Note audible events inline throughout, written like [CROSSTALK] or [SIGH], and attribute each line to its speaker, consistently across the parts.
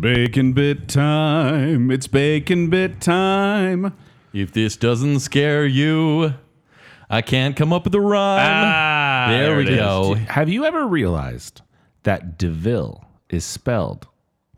Speaker 1: Bacon bit time. It's bacon bit time.
Speaker 2: If this doesn't scare you, I can't come up with a rhyme.
Speaker 3: Ah,
Speaker 2: there we
Speaker 3: it is.
Speaker 2: go.
Speaker 3: Have you ever realized that Deville is spelled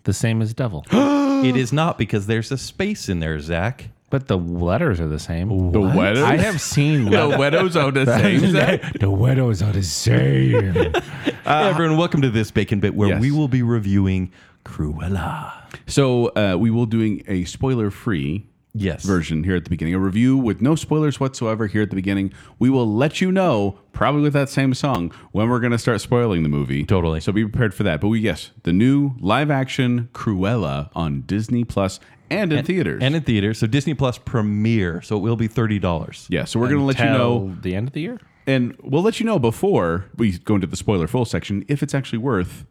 Speaker 3: the same as [GASPS] devil,
Speaker 2: it is not because there's a space in there, Zach.
Speaker 3: but the letters are the same?
Speaker 1: The weather.
Speaker 3: I have [LAUGHS] seen letters.
Speaker 1: Wedos are the same. Zach.
Speaker 3: [LAUGHS] the widows are the same. [LAUGHS]
Speaker 2: hey, everyone, welcome to this Bacon Bit where
Speaker 1: Yes.
Speaker 2: we will be reviewing Cruella.
Speaker 1: So uh, we will doing a spoiler-free
Speaker 2: Yes.
Speaker 1: version here at the beginning, a review with no spoilers whatsoever here at the beginning. We will let you know, probably with that same song, when we're going to start spoiling the movie.
Speaker 2: Totally.
Speaker 1: So be prepared for that. But we, yes, the new live-action Cruella on Disney Plus and in theaters.
Speaker 2: And in theaters. So Disney Plus premiere. So it will be $30.
Speaker 1: yeah, so we're going to let you know
Speaker 3: Till the end of the year.
Speaker 1: And we'll let you know before we go into the spoiler full section if it's actually worth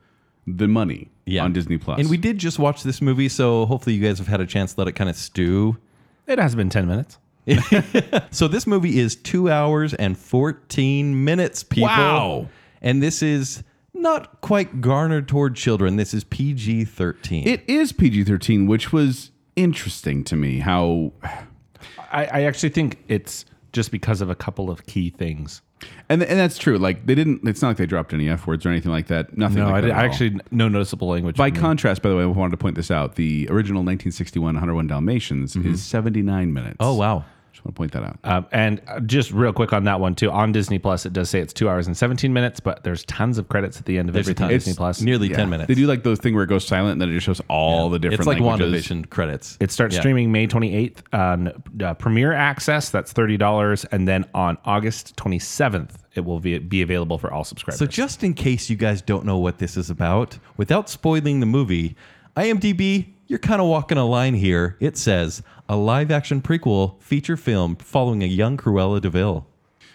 Speaker 1: the money
Speaker 2: Yeah.
Speaker 1: on Disney Plus.
Speaker 2: And we did just watch this movie, so hopefully you guys have had a chance to let it kind of stew.
Speaker 3: It has been ten minutes.
Speaker 2: So this movie is two hours and 14 minutes, people.
Speaker 1: Wow.
Speaker 2: And this is not quite garnered toward children. This is PG 13.
Speaker 1: it is PG thirteen, which was interesting to me. How
Speaker 3: I, I actually think it's just because of a couple of key things.
Speaker 1: and and that's true. Like they didn't. It's not like they dropped any f words or anything like that. Nothing.
Speaker 3: No,
Speaker 1: like
Speaker 3: I,
Speaker 1: that
Speaker 3: did,
Speaker 1: at
Speaker 3: I
Speaker 1: all.
Speaker 3: actually no noticeable language.
Speaker 1: By
Speaker 2: Mm.
Speaker 3: for me.
Speaker 1: contrast, by the way, I wanted to point this out. The original 1961 101 Dalmatians is 79 minutes.
Speaker 2: Mm-hmm. oh, wow.
Speaker 1: Just want to point that out.
Speaker 3: Um, and uh, just real quick on that one too. On Disney Plus, it does say it's two hours and seventeen minutes, but there's tons of credits at the end of every
Speaker 2: ton.
Speaker 3: Disney
Speaker 2: It's
Speaker 3: Plus.
Speaker 2: Nearly
Speaker 1: Yeah.
Speaker 2: 10 minutes.
Speaker 1: They do like those thing where it goes silent and then it just shows all the different.
Speaker 2: it's like
Speaker 1: languages.
Speaker 2: WandaVision credits.
Speaker 3: it starts
Speaker 2: Yeah.
Speaker 3: streaming May 28th on uh, Premier Access. That's thirty dollars, and then on August 27th, it will be, be available for all subscribers.
Speaker 2: So, just in case you guys don't know what this is about, without spoiling the movie, IMDb, you're kind of walking a line here. It says a live action prequel feature film following a young Cruella DeVille.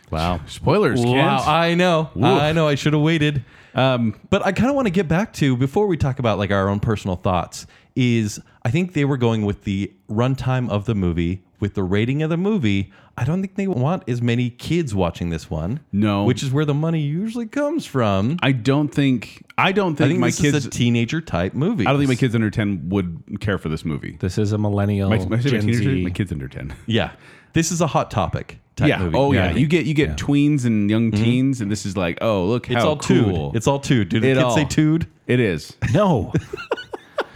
Speaker 3: wow.
Speaker 1: Spoilers,
Speaker 2: Wow,
Speaker 1: kids.
Speaker 2: I know. I know. I should have waited. Um, but I kind of want to get back to before we talk about like our own personal thoughts. Is I think they were going with the runtime of the movie with the rating of the movie. I don't think they want as many kids watching this one.
Speaker 1: No.
Speaker 2: which is where the money usually comes from.
Speaker 1: I don't think. I don't think,
Speaker 2: I think
Speaker 1: my
Speaker 2: this
Speaker 1: kids.
Speaker 2: is a teenager type movie.
Speaker 1: I don't think my kids under 10 would care for this movie.
Speaker 3: This is a millennial.
Speaker 1: My, my, my,
Speaker 3: Gen
Speaker 1: teenager-
Speaker 3: Z.
Speaker 1: my kids under 10.
Speaker 2: Yeah, this is a hot topic type movie.
Speaker 1: Oh,
Speaker 2: I
Speaker 1: yeah.
Speaker 2: think.
Speaker 1: You get you get tweens and young teens, and this is like, oh, look
Speaker 2: It's
Speaker 1: how
Speaker 2: all
Speaker 1: cool.
Speaker 2: tood. It's all tood. Do the
Speaker 1: It
Speaker 2: kids
Speaker 1: all.
Speaker 2: say tood?
Speaker 1: it is. [LAUGHS]
Speaker 3: No,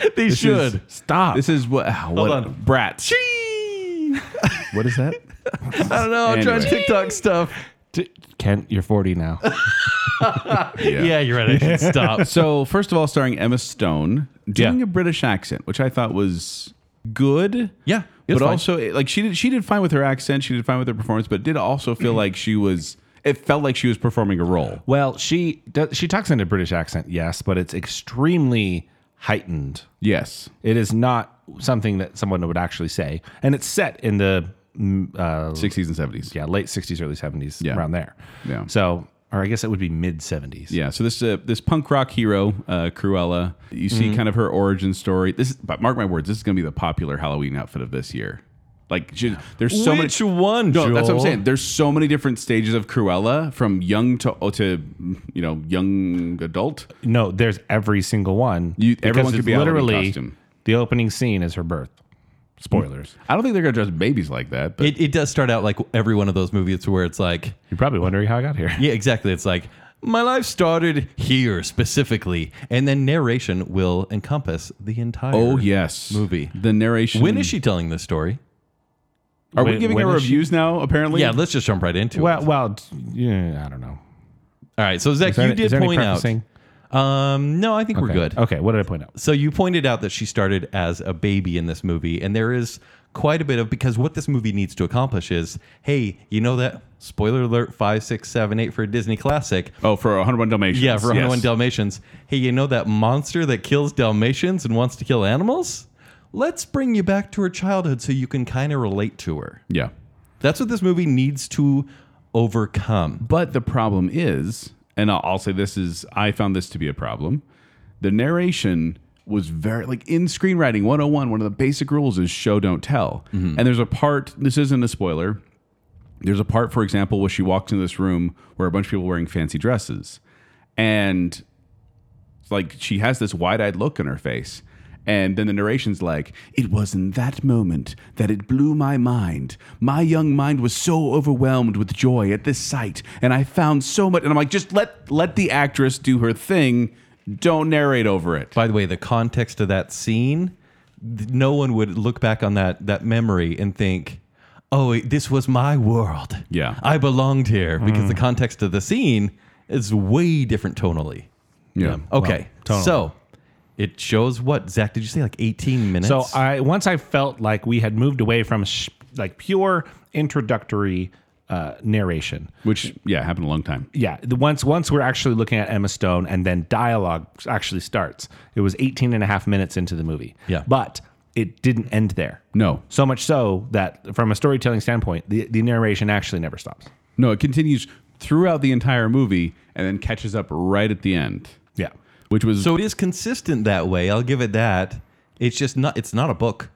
Speaker 2: They
Speaker 1: This
Speaker 2: [LAUGHS]
Speaker 1: is-
Speaker 2: should.
Speaker 3: stop.
Speaker 1: This is what. ah, what
Speaker 2: on.
Speaker 1: Brats. [LAUGHS] what is that?
Speaker 2: I don't know. I'm trying
Speaker 1: Anyway.
Speaker 2: TikTok stuff.
Speaker 3: D- Kent, you're
Speaker 2: [LAUGHS]
Speaker 3: 40 now.
Speaker 1: Yeah.
Speaker 2: you're right. I should stop.
Speaker 1: So first of all, starring Emma Stone doing
Speaker 2: Yeah.
Speaker 1: a British accent, which I thought was good.
Speaker 2: [LAUGHS] Yeah,
Speaker 1: but
Speaker 2: it was fine.
Speaker 1: also it- like she did she did fine with her accent, she did fine with her performance, but it did also feel like she was. It felt like she was performing a role.
Speaker 3: well, she does, she talks in a British accent, yes, but it's extremely heightened.
Speaker 1: Yes.
Speaker 3: It is not something that someone would actually say, and it's set in the mm, uh,
Speaker 1: 60s and 70s.
Speaker 3: yeah late 60s, early 70s,
Speaker 1: Yeah.
Speaker 3: around there.
Speaker 1: Yeah.
Speaker 3: So, or I guess it would be mid 70s.
Speaker 1: Yeah, so this uh, this punk rock hero, uh, Cruella, you
Speaker 2: Mm-hmm.
Speaker 1: see kind of her origin story. This, but mark my words, this is going to be the popular Halloween outfit of this year. Like, ju- there's so
Speaker 2: Which
Speaker 1: many.
Speaker 2: one?
Speaker 1: No, that's what I'm
Speaker 2: Joel?
Speaker 1: saying. There's so many different stages of Cruella, from young to oh, to you know young adult.
Speaker 3: No, there's every single one.
Speaker 1: You- everyone
Speaker 3: because
Speaker 1: could
Speaker 3: it's
Speaker 1: be a Halloween
Speaker 3: literally
Speaker 1: costume.
Speaker 3: the opening scene is her birth. Spoilers.
Speaker 1: I don't think they're going to dress babies like that. But
Speaker 2: It, it does start out like every one of those movies where it's like,
Speaker 3: You're probably wondering how I got here.
Speaker 2: yeah, exactly. It's like my life started here specifically, and then narration will encompass the entire.
Speaker 1: oh yes,
Speaker 2: movie.
Speaker 1: the narration.
Speaker 2: When is she telling this story?
Speaker 1: Are we
Speaker 3: When-
Speaker 1: giving
Speaker 3: when
Speaker 1: her
Speaker 3: is she-
Speaker 1: reviews now? Apparently,
Speaker 2: Yeah, let's just jump right into it.
Speaker 3: Well, well, t- yeah, I don't know.
Speaker 2: All right. So Zach,
Speaker 3: Is there
Speaker 2: you
Speaker 3: any-
Speaker 2: did
Speaker 3: is there any
Speaker 2: point out.
Speaker 3: prefacing?
Speaker 2: Um, no, I think we're
Speaker 3: Okay.
Speaker 2: good.
Speaker 3: Okay, what did I point out?
Speaker 2: So you pointed out that she started as a baby in this movie, and there is quite a bit of because what this movie needs to accomplish is, hey, you know that spoiler alert five, six, seven, eight for a Disney classic.
Speaker 1: Oh, for 101 Dalmatians.
Speaker 2: Yeah, for 101
Speaker 1: Yes.
Speaker 2: Dalmatians. Hey, you know that monster that kills Dalmatians and wants to kill animals? Let's bring you back to her childhood so you can kind of relate to her.
Speaker 1: Yeah.
Speaker 2: That's what this movie needs to overcome.
Speaker 1: But the problem is, and I'll, I'll say this is, I found this to be a problem. The narration was very, like in screenwriting 101, one of the basic rules is show, don't tell. And there's a part, this isn't a spoiler. There's a part, for example, where she walks into this room where a bunch of people are wearing fancy dresses. And like she has this wide eyed look on her face. And then the narration's like, it was in that moment that it blew my mind. My young mind was so overwhelmed with joy at this sight, and I found so much. And I'm like, just let let the actress do her thing. Don't narrate over it.
Speaker 2: By the way, the context of that scene, th- no one would look back on that that memory and think, "Oh, it- this was my world.
Speaker 1: Yeah.
Speaker 2: I belonged here." Because
Speaker 3: Mm.
Speaker 2: the context of the scene is way different tonally.
Speaker 1: Yeah.
Speaker 2: Okay,
Speaker 3: Well, tonally.
Speaker 2: so it shows what Zach? Did you say like eighteen minutes?
Speaker 3: So I once I felt like we had moved away from sh- like pure introductory uh, narration.
Speaker 1: Which yeah happened a long time.
Speaker 3: Yeah, the once once we're actually looking at Emma Stone and then dialogue actually starts. It was 18 and a half minutes into the movie.
Speaker 2: Yeah.
Speaker 3: But it didn't end there.
Speaker 1: No,
Speaker 3: So much so that from a storytelling standpoint, the, the narration actually never stops.
Speaker 1: no, it continues throughout the entire movie and then catches up right at the end,
Speaker 3: Yeah.
Speaker 1: which was
Speaker 2: So it is consistent that way. I'll give it that. It's just not. It's not a
Speaker 3: [LAUGHS]
Speaker 2: book.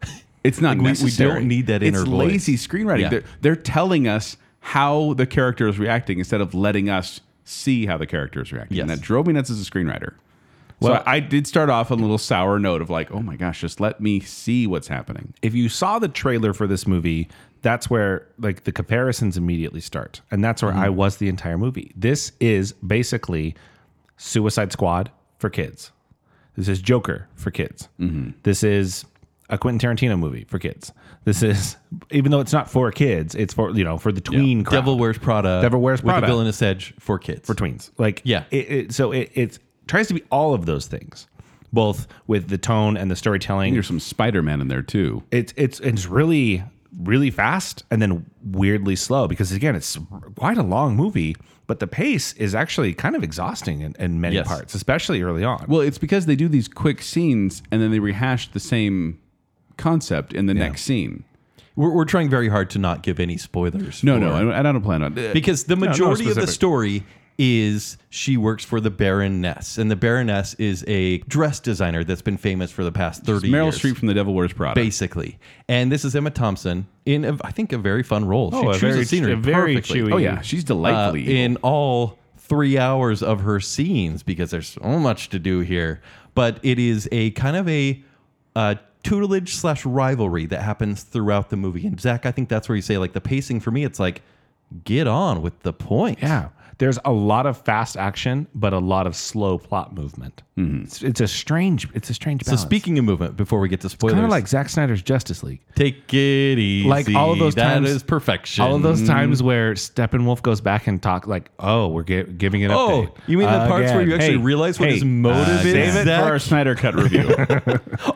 Speaker 1: It's not
Speaker 2: Like, we- we
Speaker 1: necessary.
Speaker 2: don't need that inner
Speaker 1: It's
Speaker 2: voice.
Speaker 1: lazy screenwriting.
Speaker 2: Yeah.
Speaker 1: They're, they're telling us how the character is reacting instead of letting us see how the character is reacting. And
Speaker 2: Yes.
Speaker 1: that drove me nuts as a screenwriter. so I did start off on a little sour note of like, oh my gosh, just let me see what's happening.
Speaker 3: If you saw the trailer for this movie, that's where like the comparisons immediately start. And that's
Speaker 2: Mm-hmm.
Speaker 3: where I was the entire movie. This is basically Suicide Squad for kids. This is Joker for kids.
Speaker 2: Mm-hmm.
Speaker 3: This is a Quentin Tarantino movie for kids. This is even though it's not for kids, it's for you know, for the tween crowd.
Speaker 2: Devil Wears Prada.
Speaker 3: Devil Wears
Speaker 2: With
Speaker 3: Prada.
Speaker 2: a villainous edge for kids.
Speaker 3: for tweens. Like
Speaker 2: Yeah.
Speaker 3: it, it, so it, it tries to be all of those things, both with the tone and the storytelling.
Speaker 1: There's some Spider Man in there too.
Speaker 3: It's it's it's really really fast and then weirdly slow because again it's quite a long movie, but the pace is actually kind of exhausting in, in many
Speaker 2: Yes.
Speaker 3: parts, especially early on.
Speaker 1: Well, it's because they do these quick scenes and then they rehash the same concept in the next scene.
Speaker 2: We're, we're trying very hard to not give any spoilers.
Speaker 1: No,
Speaker 2: for-
Speaker 1: no, I, I don't plan on
Speaker 2: because the majority of the
Speaker 3: specific.
Speaker 2: story is she works for the Baroness, and the Baroness is a dress designer that's been famous for the past thirty
Speaker 1: Meryl
Speaker 2: years.
Speaker 1: Streep from The Devil Wears Prada.
Speaker 2: Basically, and this is Emma Thompson in, a, I think, a very fun role.
Speaker 3: Oh, a
Speaker 2: she
Speaker 3: very-
Speaker 2: chooses scenery
Speaker 3: a very
Speaker 2: perfectly.
Speaker 3: chewy-
Speaker 1: Oh yeah, she's
Speaker 2: uh,
Speaker 1: delightfully evil.
Speaker 2: in all three hours of her scenes because there's so much to do here. But it is a kind of a uh, tutelage slash rivalry that happens throughout the movie. And Zach, I think that's where you say like the pacing for me. It's like get on with the point.
Speaker 3: yeah, there's a lot of fast action, but a lot of slow plot movement. It's, it's a strange it's a strange
Speaker 2: Mm-hmm. So
Speaker 3: balance.
Speaker 2: speaking of movement, before we get to spoilers,
Speaker 3: kind of like Zack Snyder's Justice League.
Speaker 2: take it easy.
Speaker 3: Like all of those times-
Speaker 2: that is perfection.
Speaker 3: All of those times where Steppenwolf goes back and talk like, "Oh, we're gi- giving it up."
Speaker 2: Oh, you mean the parts where you actually realize what his motive
Speaker 3: uh,
Speaker 2: is?
Speaker 1: Save it
Speaker 2: Zach?
Speaker 1: Uh, for our Snyder
Speaker 2: [LAUGHS]
Speaker 1: Cut review.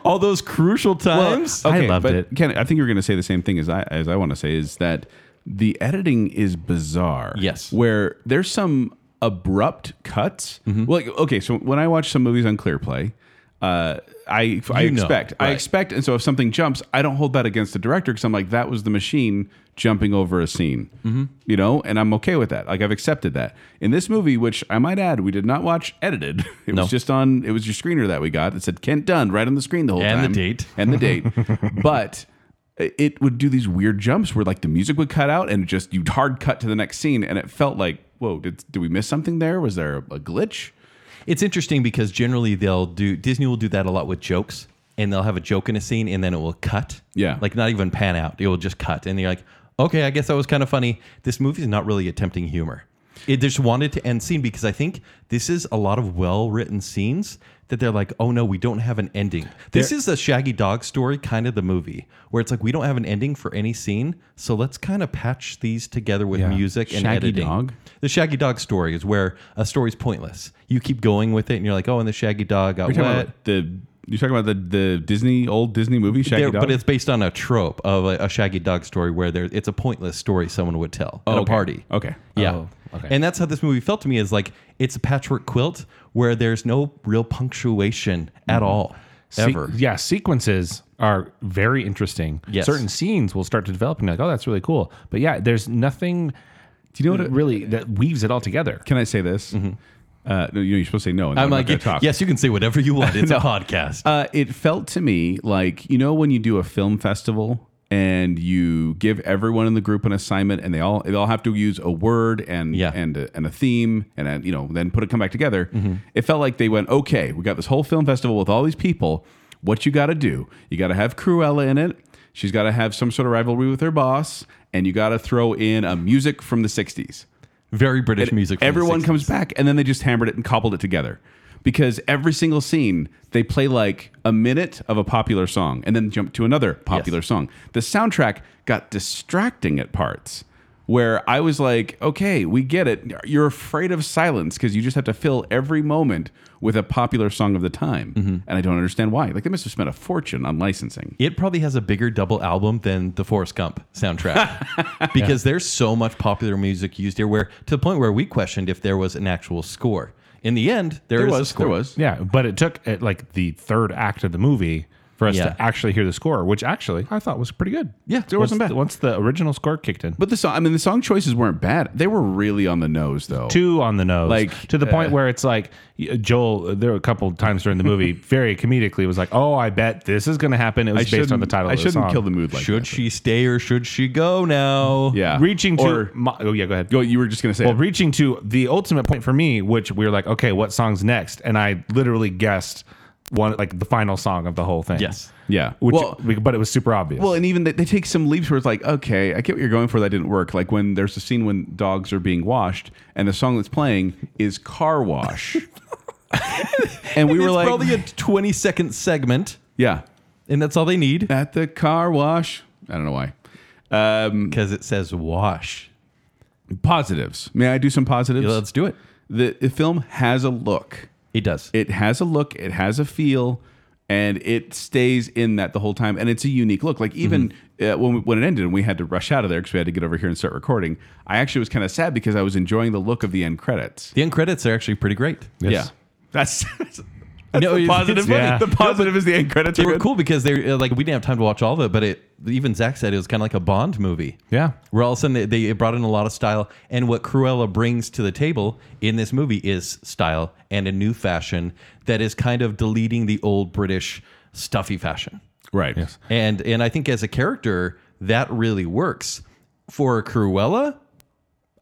Speaker 2: all those crucial times.
Speaker 3: I loved
Speaker 1: but
Speaker 3: it.
Speaker 1: Ken, I think you were going to say the same thing as I as I want to say is that the editing is bizarre.
Speaker 2: Yes.
Speaker 1: where there's some abrupt cuts.
Speaker 2: Mm-hmm.
Speaker 1: Well, like, okay, so when I watch some movies on ClearPlay. Uh, I, I
Speaker 2: You know,
Speaker 1: expect I
Speaker 2: right.
Speaker 1: expect and so if something jumps I don't hold that against the director because I'm like that was the machine jumping over a scene you know and I'm okay with that like I've accepted that in this movie which I might add we did not watch edited [LAUGHS] it was just on it was your screener that we got it said Kent Dunn right on the screen the whole
Speaker 2: And the
Speaker 1: time.
Speaker 2: date.
Speaker 1: and the [LAUGHS] date but it would do these weird jumps where like the music would cut out and just you'd hard cut to the next scene and it felt like whoa did, did we miss something there was there a glitch
Speaker 2: It's interesting because generally they'll do Disney will do that a lot with jokes, and they'll have a joke in a scene, and then it will cut.
Speaker 1: Yeah.
Speaker 2: like not even pan out; it will just cut, and you're like, okay, I guess that was kind of funny. This movie's not really attempting humor. It just wanted to end scene because I think this is a lot of well written scenes that they're like, oh no, we don't have an ending. This is a Shaggy Dog story kind of the movie where it's like we don't have an ending for any scene, so let's kind of patch these together with music and
Speaker 1: Shaggy
Speaker 2: editing.
Speaker 1: Dog?
Speaker 2: The Shaggy Dog story is where a story's pointless. You keep going with it, and you're like, "Oh, and the Shaggy Dog got
Speaker 1: You're talking
Speaker 2: wet."
Speaker 1: about the you're talking about the, the Disney old Disney movie Shaggy
Speaker 2: There-
Speaker 1: Dog?
Speaker 2: but it's based on a trope of a, a Shaggy Dog story where there it's a pointless story someone would tell at a
Speaker 1: okay.
Speaker 2: party.
Speaker 1: Okay.
Speaker 2: Yeah.
Speaker 3: Oh, okay.
Speaker 2: And that's how this movie felt to me is like it's a patchwork quilt where there's no real punctuation at all ever.
Speaker 3: yeah, sequences are very interesting.
Speaker 2: Yes.
Speaker 3: Certain scenes will start to develop and you're like, "Oh, that's really cool." But yeah, there's nothing do you know what it, really that weaves it all together.
Speaker 1: Can I say this? Uh, no, you're supposed to say no. and
Speaker 2: Mm-hmm. I'm
Speaker 1: then
Speaker 2: like,
Speaker 1: gonna talk.
Speaker 2: yes, you can say whatever you want. It's a podcast.
Speaker 1: Uh, it felt to me like you know when you do a film festival and you give everyone in the group an assignment and they all they all have to use a word and
Speaker 2: Yeah.
Speaker 1: and a, and a theme and a, you
Speaker 2: Mm-hmm.
Speaker 1: know then put it come back together. It felt like they went okay, we got this whole film festival with all these people. what you got to do. You got to have Cruella in it. She's got to have some sort of rivalry with her boss, and you got to throw in a music from the '60s.
Speaker 2: Very British music. from the
Speaker 1: Everyone
Speaker 2: 60s.
Speaker 1: comes back, and then they just hammered it and cobbled it together. Because every single scene, they play like a minute of a popular song and then jump to another popular song. The soundtrack got distracting at parts where I was like, okay, we get it. You're afraid of silence because you just have to fill every moment with a popular song of the time. And I don't understand why. Like, they must have spent a fortune on licensing.
Speaker 2: It probably has a bigger double album than the Forrest Gump soundtrack because there's so much popular music used here. Where to the point where we questioned if there was an actual score. In the end, there, is a score.
Speaker 1: There was.
Speaker 3: Yeah, but it took uh, like the third act of the movie for us
Speaker 2: Yeah.
Speaker 3: to actually hear the score, which actually I thought was pretty good.
Speaker 2: Yeah,
Speaker 3: it wasn't bad. Once the original score kicked in,
Speaker 1: But the song, I mean, the song choices weren't bad. They were really on the nose, though.
Speaker 3: two on the nose,
Speaker 1: Like,
Speaker 3: to the point where it's like y- Joel. There were a couple times during the movie, very comedically, was like, "Oh, I bet this is going to happen." It was based on the
Speaker 1: shouldn't-
Speaker 3: title.
Speaker 1: I
Speaker 3: of the
Speaker 1: shouldn't
Speaker 3: song.
Speaker 1: kill the mood like
Speaker 2: Should she stay or should she go now?
Speaker 1: Yeah.
Speaker 3: Reaching to
Speaker 1: Or-
Speaker 3: my, oh yeah, go ahead.
Speaker 1: Go- you were just going to say.
Speaker 3: Well,
Speaker 1: it.
Speaker 3: reaching to the ultimate point for me, which we were like, okay, what song's next? And I literally guessed one, like the final song of the whole thing.
Speaker 2: Yes.
Speaker 1: yeah.
Speaker 3: Which,
Speaker 1: well,
Speaker 3: we, but it was super obvious.
Speaker 1: well, and even they, they take some leaps where it's like, okay, I get what you're going for. That didn't work. Like when there's a scene when dogs are being washed, and the song that's playing is "Car
Speaker 3: [LAUGHS]
Speaker 1: Wash," and we
Speaker 2: It's
Speaker 1: were like,
Speaker 2: probably [LAUGHS] a 20 second segment,
Speaker 1: yeah,
Speaker 2: and that's all they need
Speaker 1: at the car wash. I don't know why. Um,
Speaker 2: because it says wash.
Speaker 1: positives. May I do some positives?
Speaker 2: Yeah, Let's do it.
Speaker 1: the, the film has a look.
Speaker 2: It does.
Speaker 1: It has a look, it has a feel, and it stays in that the whole time. And it's a unique look. Like even
Speaker 2: Mm-hmm.
Speaker 1: uh, when we, when it ended and we had to rush out of there because we had to get over here and start recording, I actually was kind of sad because I was enjoying the look of the end credits.
Speaker 2: the end credits are actually pretty great.
Speaker 3: Yes.
Speaker 1: Yeah, that's. [LAUGHS] that's
Speaker 2: No,
Speaker 1: the
Speaker 2: it's-
Speaker 1: positive.
Speaker 2: it's funny.
Speaker 1: The
Speaker 3: No,
Speaker 1: positive is the end credits.
Speaker 2: They
Speaker 1: are
Speaker 2: were
Speaker 1: good.
Speaker 2: cool because they uh, like we didn't have time to watch all of it, but it even Zach said it was kind of like a Bond movie.
Speaker 3: Yeah.
Speaker 2: where all of a sudden they, they it brought in a lot of style, and what Cruella brings to the table in this movie is style and a new fashion that is kind of deleting the old British stuffy fashion.
Speaker 1: Right.
Speaker 2: And and I think as a character that really works for Cruella.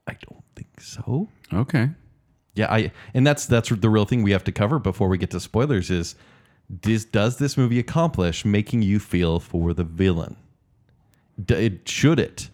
Speaker 2: I don't think so.
Speaker 1: Okay.
Speaker 2: Yeah, I and that's that's the real thing we have to cover before we get to spoilers is this does this movie accomplish making you feel for the villain? D- it should it.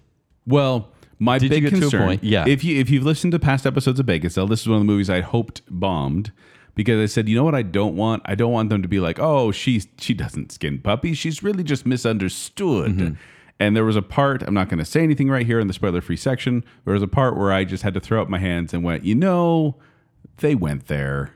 Speaker 1: Well, my
Speaker 2: Did you
Speaker 1: big
Speaker 2: get to a
Speaker 1: concern,
Speaker 2: point? Yeah.
Speaker 1: If you if you've listened to past episodes of Bacon Cell, this is one of the movies I hoped bombed because I said, you know what, I don't want, I don't want them to be like, oh, she she doesn't skin puppies, she's really just misunderstood.
Speaker 2: Mm-hmm.
Speaker 1: And there was a part, I'm not going to say anything right here in the spoiler free section. There was a part where I just had to throw up my hands and went, you know, they went there.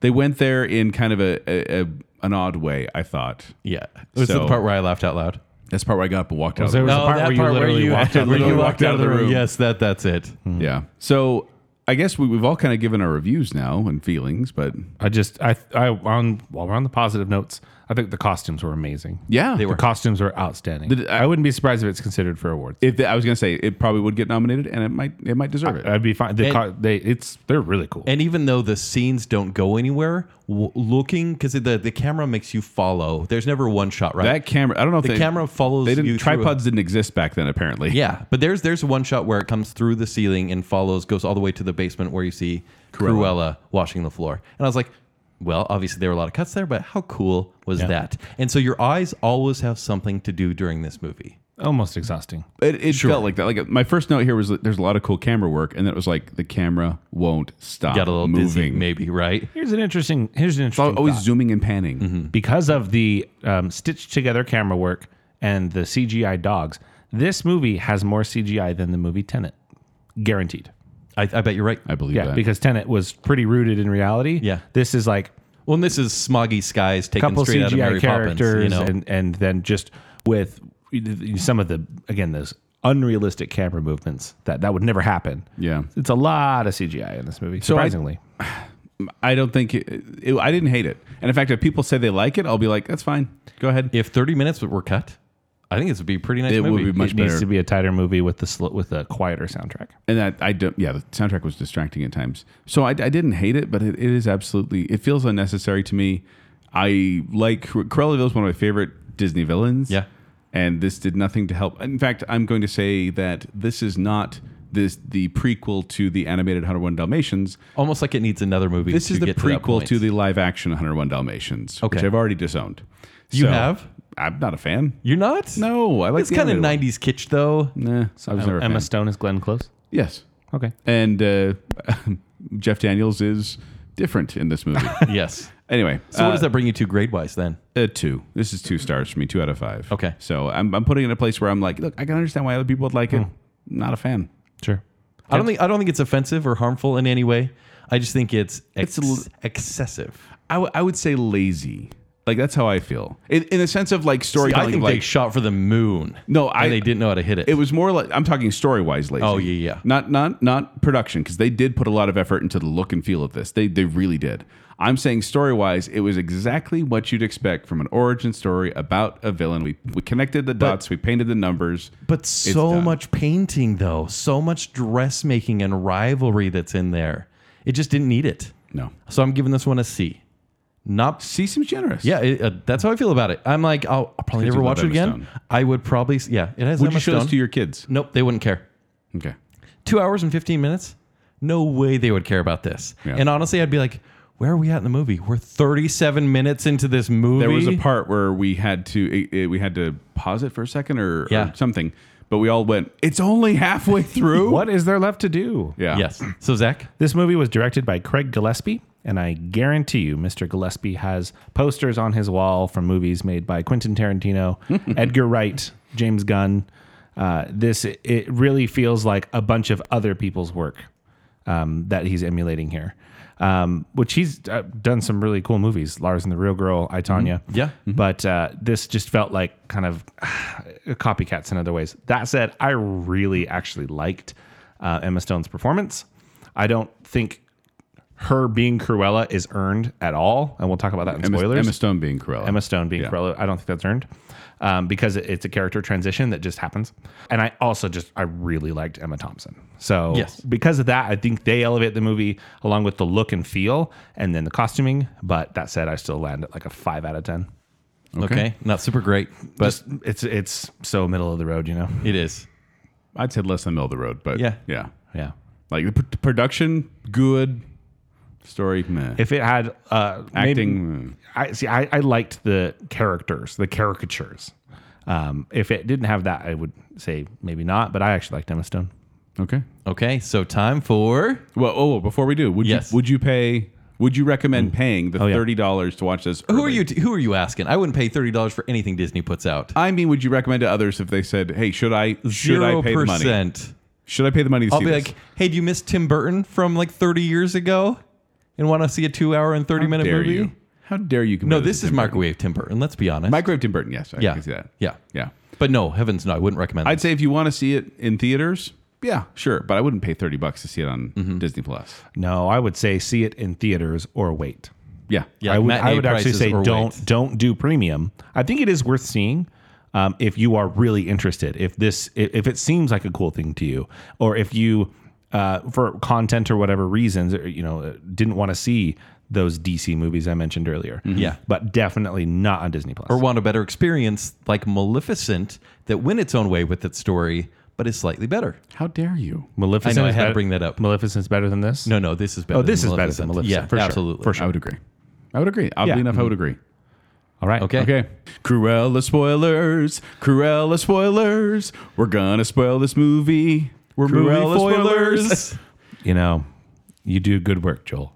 Speaker 1: They went there in kind of a, a, a an odd way, I thought.
Speaker 2: Yeah. Was
Speaker 1: So-
Speaker 2: the part where I laughed out loud?
Speaker 1: That's the part where I got up and walked out. of
Speaker 3: there
Speaker 1: the
Speaker 3: was a part where you literally walked
Speaker 2: actually
Speaker 3: out-
Speaker 2: literally
Speaker 3: Hmm.
Speaker 1: literally walked out of the room.
Speaker 2: Yes, that that's it.
Speaker 1: Yeah. So I guess we, we've all kind of given our reviews now and feelings, but
Speaker 3: I just, I, I, on, while we're on the positive notes, I think the costumes were amazing.
Speaker 1: yeah,
Speaker 3: The costumes were outstanding.
Speaker 1: Did-
Speaker 3: I, wouldn't be surprised if it's considered for awards.
Speaker 1: If I was gonna say it probably would get nominated, and it might it might
Speaker 2: Uh,
Speaker 1: deserve it.
Speaker 3: I'd be fine. The
Speaker 2: And-
Speaker 3: co- they, it's, they're really cool.
Speaker 2: And even though the scenes don't go anywhere, w- looking because the the camera makes you follow. There's never one shot, right?
Speaker 1: that camera, I don't know if
Speaker 2: the
Speaker 1: they,
Speaker 2: camera follows
Speaker 1: They
Speaker 2: you
Speaker 1: didn't.
Speaker 2: through a-
Speaker 1: Tripods didn't exist back then, apparently.
Speaker 2: Yeah, but there's there's one shot where it comes through the ceiling and follows, goes all the way to the basement where you see Cruella, washing the floor. And I was like, well, obviously there were a lot of cuts there, but how cool was that? And so your eyes always have something to do during this movie.
Speaker 3: Almost exhausting.
Speaker 1: It, it felt like that. Like my first note here was that there's a lot of cool camera work, and then it was like the camera won't stop
Speaker 2: Got a little dizzy,
Speaker 1: moving.
Speaker 2: maybe, right?
Speaker 3: Here's an interesting, here's an interesting,
Speaker 1: Always zooming and panning.
Speaker 2: Mm-hmm.
Speaker 3: because of the um, stitched together camera work and the CGI dogs, this movie has more CGI than the movie Tenet, guaranteed.
Speaker 2: I, I bet you're right.
Speaker 1: I believe
Speaker 3: Yeah,
Speaker 1: that.
Speaker 3: because Tenet was pretty rooted in reality.
Speaker 2: Yeah.
Speaker 3: this is like
Speaker 2: Well, and this is smoggy skies
Speaker 3: a
Speaker 2: taken
Speaker 3: couple
Speaker 2: straight out of
Speaker 3: CGI
Speaker 2: Mary
Speaker 3: characters,
Speaker 2: Poppins, you know?
Speaker 3: and and then just with some of the again those unrealistic camera movements that that would never happen.
Speaker 1: Yeah.
Speaker 3: it's a lot of CGI in this movie.
Speaker 1: I-
Speaker 3: Surprisingly,
Speaker 1: I don't think it, it- I didn't hate it. And in fact, if people say they like it, I'll be like, that's fine. Go ahead.
Speaker 2: if 30 minutes were cut, I think this would be a pretty nice
Speaker 1: it
Speaker 2: movie.
Speaker 1: would be much
Speaker 3: it
Speaker 1: better.
Speaker 3: needs to be a tighter movie with the sl- with a quieter soundtrack.
Speaker 1: and that I don't. Yeah, the soundtrack was distracting at times. So I, I didn't hate it, but it, it is absolutely. It feels unnecessary to me. I like Corellaville is one of my favorite Disney villains.
Speaker 2: Yeah.
Speaker 1: and this did nothing to help. In fact, I'm going to say that this is not this the prequel to the animated 101 Dalmatians.
Speaker 2: Almost like it needs another movie.
Speaker 1: This
Speaker 2: to
Speaker 1: is the
Speaker 2: get to that
Speaker 1: prequel
Speaker 2: point.
Speaker 1: to, the live action 101 Dalmatians, which
Speaker 2: Okay.
Speaker 1: I've already disowned.
Speaker 2: You have?
Speaker 1: I'm not a fan.
Speaker 2: You're not?
Speaker 1: No, I like
Speaker 2: It's
Speaker 1: the
Speaker 2: kind of
Speaker 1: animated one.
Speaker 2: 90s kitsch though. [LAUGHS]
Speaker 1: Nah, I was never a fan.
Speaker 3: Emma Stone is Glenn Close.
Speaker 1: Yes,
Speaker 3: Okay.
Speaker 1: and uh, [LAUGHS] Jeff Daniels is different in this [LAUGHS] movie.
Speaker 2: yes.
Speaker 1: anyway,
Speaker 2: So
Speaker 1: uh,
Speaker 2: what does that bring you to grade wise then?
Speaker 1: Uh, two. This is two stars for me. Two out of five.
Speaker 2: Okay.
Speaker 1: So I'm, I'm putting it in a place where I'm like, look, I can understand why other people would like it. Not a fan.
Speaker 3: Sure.
Speaker 2: I don't think I don't think it's offensive or harmful in any way. I just think it's
Speaker 1: It's
Speaker 2: ex-
Speaker 1: a l-
Speaker 2: excessive.
Speaker 1: I, w- I would say lazy. Like that's how I feel. In, in the sense of like story.
Speaker 2: I think they
Speaker 1: like,
Speaker 2: shot for the moon.
Speaker 1: No, I-
Speaker 2: and they didn't know how to hit it.
Speaker 1: it was more like I'm talking story wise lazy.
Speaker 2: Oh, yeah, yeah.
Speaker 1: Not not not production because they did put a lot of effort into the look and feel of this. They they really did. I'm saying story wise, it was exactly what you'd expect from an origin story about a villain. We we connected the dots, we painted the numbers.
Speaker 2: but so
Speaker 1: done.
Speaker 2: much painting though, so much dressmaking and rivalry that's in there. It just didn't need it.
Speaker 1: no,
Speaker 2: So I'm giving this one a C. Not
Speaker 1: see, seems generous.
Speaker 2: yeah, it, uh, that's how I feel about it. I'm like, I'll, I'll probably
Speaker 1: Because
Speaker 2: never
Speaker 1: you
Speaker 2: watch
Speaker 1: love
Speaker 2: it
Speaker 1: Emma
Speaker 2: again.
Speaker 1: Stone.
Speaker 2: I would probably, s- yeah, it has.
Speaker 1: Would
Speaker 2: Emma
Speaker 1: you show this
Speaker 2: Stone.
Speaker 1: to your kids?
Speaker 2: Nope, they wouldn't care.
Speaker 1: Okay.
Speaker 2: two hours and 15 minutes no way they would care about this
Speaker 1: Yeah.
Speaker 2: and honestly i'd be like where are we at in the movie we're 37 minutes into this movie
Speaker 1: There was a part where we had to eh, eh, we had to pause it for a second or, or
Speaker 2: Yeah.
Speaker 1: something, but we all went. It's only halfway
Speaker 2: [LAUGHS]
Speaker 1: through.
Speaker 3: What is there left to do?
Speaker 1: Yeah.
Speaker 2: yes so zach
Speaker 3: This movie was directed by Craig Gillespie, and I guarantee you, Mr. Gillespie has posters on his wall from movies made by Quentin Tarantino, Edgar Wright, James Gunn. Uh, this it really feels like a bunch of other people's work um, that he's emulating here, um, which he's uh, done some really cool movies, Lars and the Real Girl, I Tanya.
Speaker 2: Yeah.
Speaker 1: Mm-hmm.
Speaker 3: but uh, this just felt like kind of [SIGHS] copycats in other ways. That said, I really actually liked uh, Emma Stone's performance. I don't think her being Cruella is earned at all, and we'll talk about that in
Speaker 1: Emma,
Speaker 3: spoilers.
Speaker 1: Emma Stone being Cruella.
Speaker 3: Emma Stone being Cruella, I don't think that's earned um, because it- it's a character transition that just happens. And I also just I really liked Emma Thompson, so
Speaker 2: Yes.
Speaker 3: because of that, I think they elevate the movie along with the look and feel, and then the costuming. But that said, I still land at like a five out of ten.
Speaker 2: okay, not super great but
Speaker 3: But it's it's so middle of the road, you know.
Speaker 2: it is
Speaker 1: I'd said less than middle of the road, but
Speaker 2: Yeah.
Speaker 1: yeah,
Speaker 3: Yeah.
Speaker 1: like the pr- production good, story meh.
Speaker 3: If it had uh, maybe-
Speaker 1: acting. meh.
Speaker 3: I see. I, I liked the characters, the caricatures. Um, if it didn't have that, I would say maybe not. But I actually liked Emma Stone.
Speaker 1: Okay.
Speaker 2: okay so time for
Speaker 1: Well, oh, before we do, would
Speaker 2: Yes. Oh,
Speaker 1: you would you pay? Would you recommend paying the
Speaker 3: yeah.
Speaker 1: thirty dollars to watch this?
Speaker 2: who are
Speaker 1: early?
Speaker 2: you who are you asking i wouldn't pay $30 for anything disney puts out
Speaker 1: I mean, would you recommend to others if they said, "Hey, should I should I pay the money?
Speaker 2: 0%.
Speaker 1: Should I pay the money to
Speaker 2: i'll
Speaker 1: see
Speaker 2: be
Speaker 1: this?
Speaker 2: like hey do you miss tim burton from like 30 years ago and want to see a two hour and 30
Speaker 1: How
Speaker 2: minute
Speaker 1: dare
Speaker 2: movie
Speaker 1: you? How dare you? compare
Speaker 2: no this
Speaker 1: to
Speaker 2: is
Speaker 1: Tim Burton?
Speaker 2: microwave tim burton let's be honest
Speaker 1: Microwave Tim Burton. Yes, I
Speaker 2: yeah
Speaker 1: can see that.
Speaker 2: yeah
Speaker 1: yeah.
Speaker 2: but no heavens no i wouldn't recommend that.
Speaker 1: I'd say if you want to see it in theaters, yeah, sure, but I wouldn't pay thirty bucks to see it on
Speaker 2: Mm-hmm.
Speaker 1: Disney Plus.
Speaker 3: No, I would say see it in theaters or wait.
Speaker 1: Yeah,
Speaker 2: Yeah,
Speaker 3: I would. I
Speaker 2: matinee
Speaker 3: would actually
Speaker 2: prices
Speaker 3: say
Speaker 2: or
Speaker 3: don't
Speaker 2: wait.
Speaker 3: don't do premium. I think it is worth seeing. Um, if you are really interested, if this i- if it seems like a cool thing to you, or if you uh, for content or whatever reasons, or, you know, uh, didn't want to see those DC movies I mentioned earlier.
Speaker 2: Yeah.
Speaker 3: but definitely not on Disney Plus.
Speaker 2: or want a better experience like Maleficent that went its own way with its story, but is slightly better.
Speaker 1: How dare you?
Speaker 3: Maleficent.
Speaker 2: I know I
Speaker 3: is
Speaker 2: had to
Speaker 3: better-
Speaker 2: bring that up.
Speaker 3: Maleficent's better than this.
Speaker 2: No, no, this is better.
Speaker 3: Oh, this
Speaker 2: than
Speaker 3: is better than Maleficent,
Speaker 2: Yeah,
Speaker 3: for sure,
Speaker 2: absolutely.
Speaker 3: for sure.
Speaker 1: I would agree. I would agree. Oddly
Speaker 3: Yeah.
Speaker 1: enough, I would agree.
Speaker 3: All right. Um,
Speaker 2: Okay.
Speaker 1: Okay. Cruella spoilers. Cruella spoilers. We're gonna spoil this movie. We're Cruella [LAUGHS]
Speaker 2: Cruella [LAUGHS]
Speaker 1: spoilers.
Speaker 2: spoilers.
Speaker 3: You know, you do good work, Joel.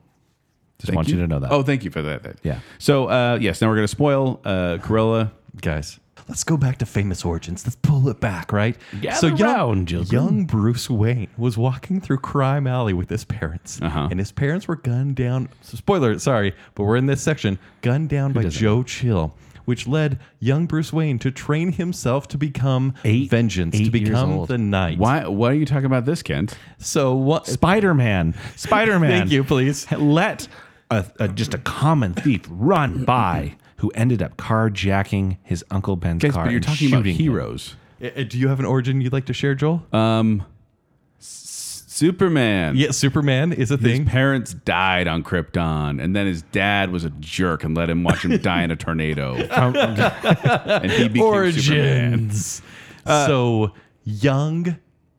Speaker 3: Just want you. to know that.
Speaker 1: Oh, thank you for that.
Speaker 3: Yeah.
Speaker 1: So, uh, yes, now we're gonna spoil uh, Cruella.
Speaker 2: Guys, let's go back to famous origins. Let's pull it back, right?
Speaker 3: Gather
Speaker 2: so young,
Speaker 3: round, children.
Speaker 2: young Bruce Wayne was walking through Crime Alley with his parents,
Speaker 1: Uh-huh.
Speaker 2: and his parents were gunned down. so spoiler, sorry, but we're in this section. Gunned down by Joe Chill, which led young Bruce Wayne to train himself to become
Speaker 3: Eight-
Speaker 2: vengeance,
Speaker 3: eight
Speaker 2: to
Speaker 3: years
Speaker 2: become
Speaker 3: old.
Speaker 2: the knight.
Speaker 1: Why? Why are you talking about this, Kent?
Speaker 2: So what?
Speaker 3: Spider Man. Spider
Speaker 2: [LAUGHS]
Speaker 3: Man.
Speaker 2: Thank you, please.
Speaker 3: Let a, a, just a common thief run by who ended up carjacking his uncle Ben's
Speaker 1: Guys,
Speaker 3: car.
Speaker 1: but you're
Speaker 3: and
Speaker 1: talking about
Speaker 3: shooting him.
Speaker 1: heroes.
Speaker 2: Uh, uh, Do you have an origin you'd like to share, Joel?
Speaker 3: Uh,
Speaker 1: Superman.
Speaker 2: yeah, Superman is a
Speaker 1: His
Speaker 2: thing.
Speaker 1: parents died on Krypton, and then his dad was a jerk and let him watch [LAUGHS] him die in a tornado. [LAUGHS] and he became Superman. Uh,
Speaker 2: Origins. so young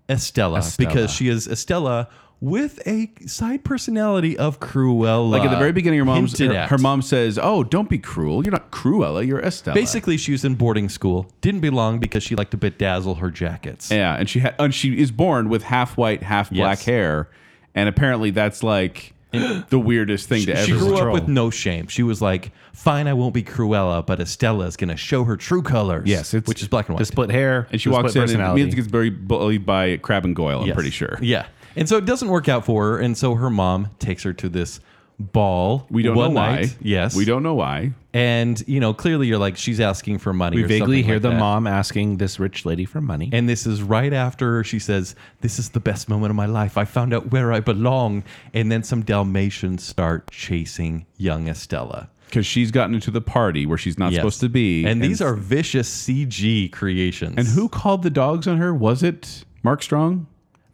Speaker 2: Estella, because she is Estella with a side personality of Cruella.
Speaker 1: Like at the very beginning, her mom's,
Speaker 2: hinted
Speaker 1: her,
Speaker 2: at.
Speaker 1: her mom says, "Oh, don't be cruel. You're not Cruella. You're Estella."
Speaker 2: Basically, she was in boarding school. Didn't belong because she liked to bedazzle her jackets.
Speaker 1: yeah, and she ha- and she is born with half white, half black
Speaker 2: Yes.
Speaker 1: hair, and apparently that's like [GASPS] the weirdest thing to
Speaker 2: she
Speaker 1: ever.
Speaker 2: grew up
Speaker 3: troll.
Speaker 2: with no shame. She was like, "Fine, I won't be Cruella, but Estella's gonna show her true colors."
Speaker 3: Yes, it's
Speaker 2: which is black and white.
Speaker 3: The split hair
Speaker 1: and she
Speaker 3: the
Speaker 1: walks in and
Speaker 3: split personality.
Speaker 1: immediately gets very bullied by Crab and Goyle. I'm
Speaker 2: Yes.
Speaker 1: pretty sure.
Speaker 2: Yeah. And so it doesn't work out for her. And so her mom takes her to this ball.
Speaker 1: We don't
Speaker 2: one
Speaker 1: know why.
Speaker 2: night. Yes.
Speaker 1: we don't know why.
Speaker 2: And, you know, clearly you're like, she's asking for money.
Speaker 3: we
Speaker 2: or
Speaker 3: vaguely
Speaker 2: something
Speaker 3: hear
Speaker 2: like
Speaker 3: the
Speaker 2: that.
Speaker 3: mom asking this rich lady for money.
Speaker 2: And this is right after she says, This is the best moment of my life. I found out where I belong. And then some Dalmatians start chasing young Estella.
Speaker 1: because she's gotten into the party where she's not
Speaker 2: Yes.
Speaker 1: supposed to be.
Speaker 2: And, these are vicious CG creations.
Speaker 1: and who called the dogs on her? Was it Mark Strong?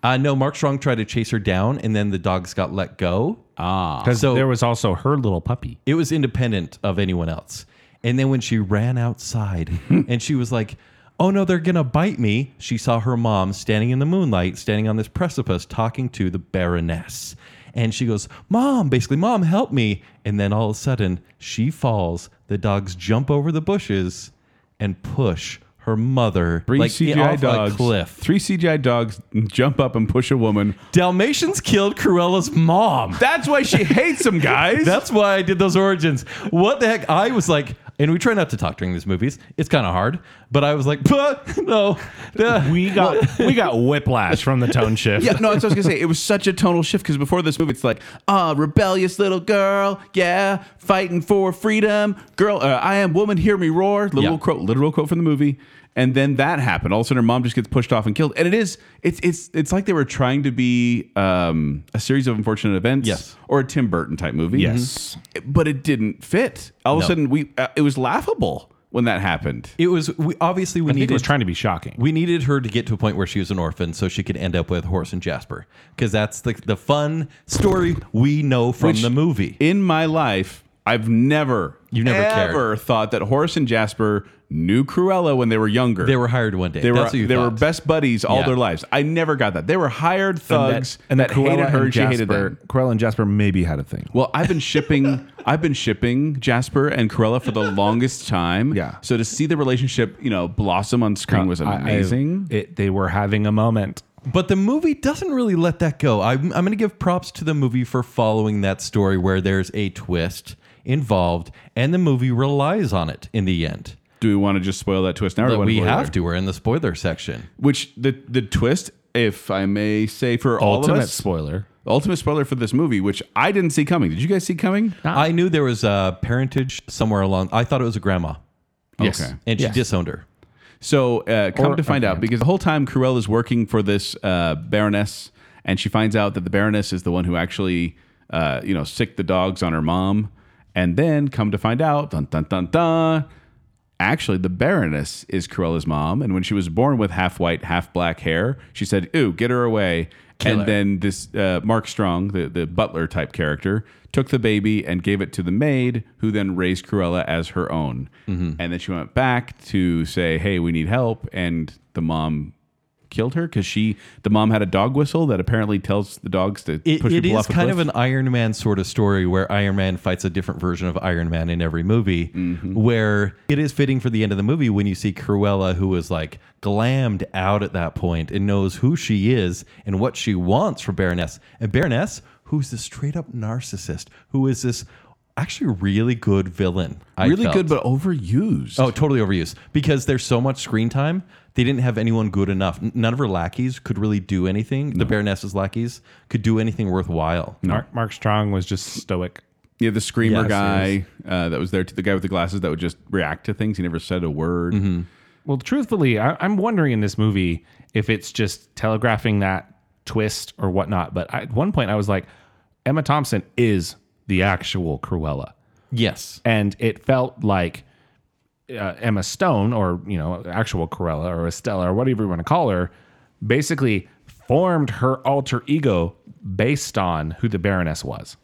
Speaker 2: Uh, no, Mark Strong tried to chase her down, and then the dogs got let go. Ah.
Speaker 3: Because there was also her little puppy.
Speaker 2: It was independent of anyone else. And then when she
Speaker 1: [LAUGHS]
Speaker 2: ran outside and she was like, Oh no, they're gonna bite me. She saw her mom standing in the moonlight, standing on this precipice, talking to the Baroness. And she goes, Mom, basically, Mom, help me. And then all of a sudden, she falls. The dogs jump over the bushes and push her mother
Speaker 1: Three
Speaker 2: like,
Speaker 1: CGI
Speaker 2: off
Speaker 1: dogs.
Speaker 2: a cliff.
Speaker 1: Three CGI dogs jump up and push a woman.
Speaker 2: Dalmatians killed Cruella's mom.
Speaker 1: That's why she hates them guys.
Speaker 2: [LAUGHS] That's why I did those origins. What the heck? I was like, and we try not to talk during these movies. It's kind of hard, but I was like, "But, [LAUGHS] no,
Speaker 3: [LAUGHS]
Speaker 2: Duh."
Speaker 3: We got we got whiplash from the tone shift.
Speaker 1: yeah, no, that's what I was gonna say. It was such a tonal shift because before this movie, it's like, ah, rebellious little girl, yeah, fighting for freedom, girl, uh, I am woman, hear me roar. Literal
Speaker 2: Yeah.
Speaker 1: quote, literal quote from the movie. And then that happened. All of a sudden, her mom just gets pushed off and killed. And it is, it's, it's, it's like they were trying to be um, a series of unfortunate events,
Speaker 2: Yes.
Speaker 1: or a Tim Burton type movie,
Speaker 3: Yes.
Speaker 1: But it didn't fit. All of
Speaker 2: No.
Speaker 1: a sudden, we, uh, it was laughable when that happened.
Speaker 2: it was we, obviously we
Speaker 3: I think it
Speaker 2: needed
Speaker 3: was trying to be shocking.
Speaker 2: we needed her to get to a point where she was an orphan, so she could end up with Horace and Jasper, because that's the the fun story we know from
Speaker 1: Which-
Speaker 2: the movie.
Speaker 1: in my life, I've never,
Speaker 2: You've never cared.
Speaker 1: ever thought that Horace and Jasper knew Cruella when they were younger.
Speaker 2: They were hired one day.
Speaker 1: they were
Speaker 2: that's what you
Speaker 1: they were
Speaker 2: thought.
Speaker 1: best buddies all
Speaker 2: Yeah.
Speaker 1: their lives. I never got that. They were hired thugs and that, hated her. And she hated them.
Speaker 3: Corella and Jasper maybe had a thing.
Speaker 1: Well, I've been
Speaker 2: [LAUGHS]
Speaker 1: shipping. I've been shipping Jasper and Cruella for the longest time.
Speaker 3: Yeah.
Speaker 1: So to see the relationship, you know, blossom on
Speaker 2: Uh,
Speaker 1: screen was
Speaker 3: I- I-
Speaker 1: amazing.
Speaker 3: it, they were having a moment.
Speaker 2: But the movie doesn't really let that go. I'm, I'm going to give props to the movie for following that story where there's a twist involved, and the movie relies on it in the end.
Speaker 1: Do we want to just spoil that twist now? or
Speaker 2: But
Speaker 1: do you
Speaker 2: we
Speaker 1: wanna spoil it
Speaker 2: have
Speaker 1: later?
Speaker 2: to. We're in the spoiler section.
Speaker 1: Which the the twist, if I may say, for all of us,
Speaker 3: spoiler.
Speaker 1: ultimate spoiler for this movie, which I didn't see coming. Did you guys see coming?
Speaker 2: I knew there was a parentage somewhere along. I thought it was a grandma,
Speaker 3: Yes.
Speaker 1: Okay.
Speaker 2: and she
Speaker 3: Yes.
Speaker 2: disowned her.
Speaker 1: So uh, come
Speaker 3: Or-
Speaker 1: to find out,
Speaker 3: okay.
Speaker 1: because the whole time Cruella is working for this uh, Baroness, and she finds out that the Baroness is the one who actually, uh, you know, sicked the dogs on her mom, and then come to find out, dun dun dun dun. Actually, the Baroness is Cruella's mom, and when she was born with half white, half black hair, she said, "Ooh, get her away." and then this uh, Mark Strong, the, the butler type character, took the baby and gave it to the maid, who then raised Cruella as her own.
Speaker 2: Mm-hmm.
Speaker 1: And then she went back to say, "Hey, we need help," and the mom killed her because she the mom had a dog whistle that apparently tells the dogs to
Speaker 2: It,
Speaker 1: push
Speaker 2: it
Speaker 1: people
Speaker 2: is
Speaker 1: off a
Speaker 2: kind
Speaker 1: cliff.
Speaker 2: of an Iron Man sort of story where Iron Man fights a different version of Iron Man in every movie. Where it is fitting for the end of the movie when you see Cruella, who is like glammed out at that point and knows who she is and what she wants from Baroness. And Baroness, who's this straight up narcissist, who is this actually really good villain. I
Speaker 1: really
Speaker 2: felt.
Speaker 1: good but overused.
Speaker 2: Oh, totally overused because there's so much screen time. They didn't have anyone good enough. N- None of her lackeys could really do anything. The Baroness's lackeys could do anything worthwhile.
Speaker 3: Mark, Mark Strong was just stoic.
Speaker 1: Yeah, the screamer
Speaker 2: Yes,
Speaker 1: guy uh, that was there, too, the guy with the glasses that would just react to things. He never said a word.
Speaker 2: Mm-hmm.
Speaker 3: Well, truthfully, I, I'm wondering in this movie if it's just telegraphing that twist or whatnot. But I, at one point, I was like, Emma Thompson is the actual Cruella,
Speaker 2: Yes.
Speaker 3: and it felt like uh, Emma Stone or you know actual Corella or Estella or whatever you want to call her, basically formed her alter ego based on who the Baroness was.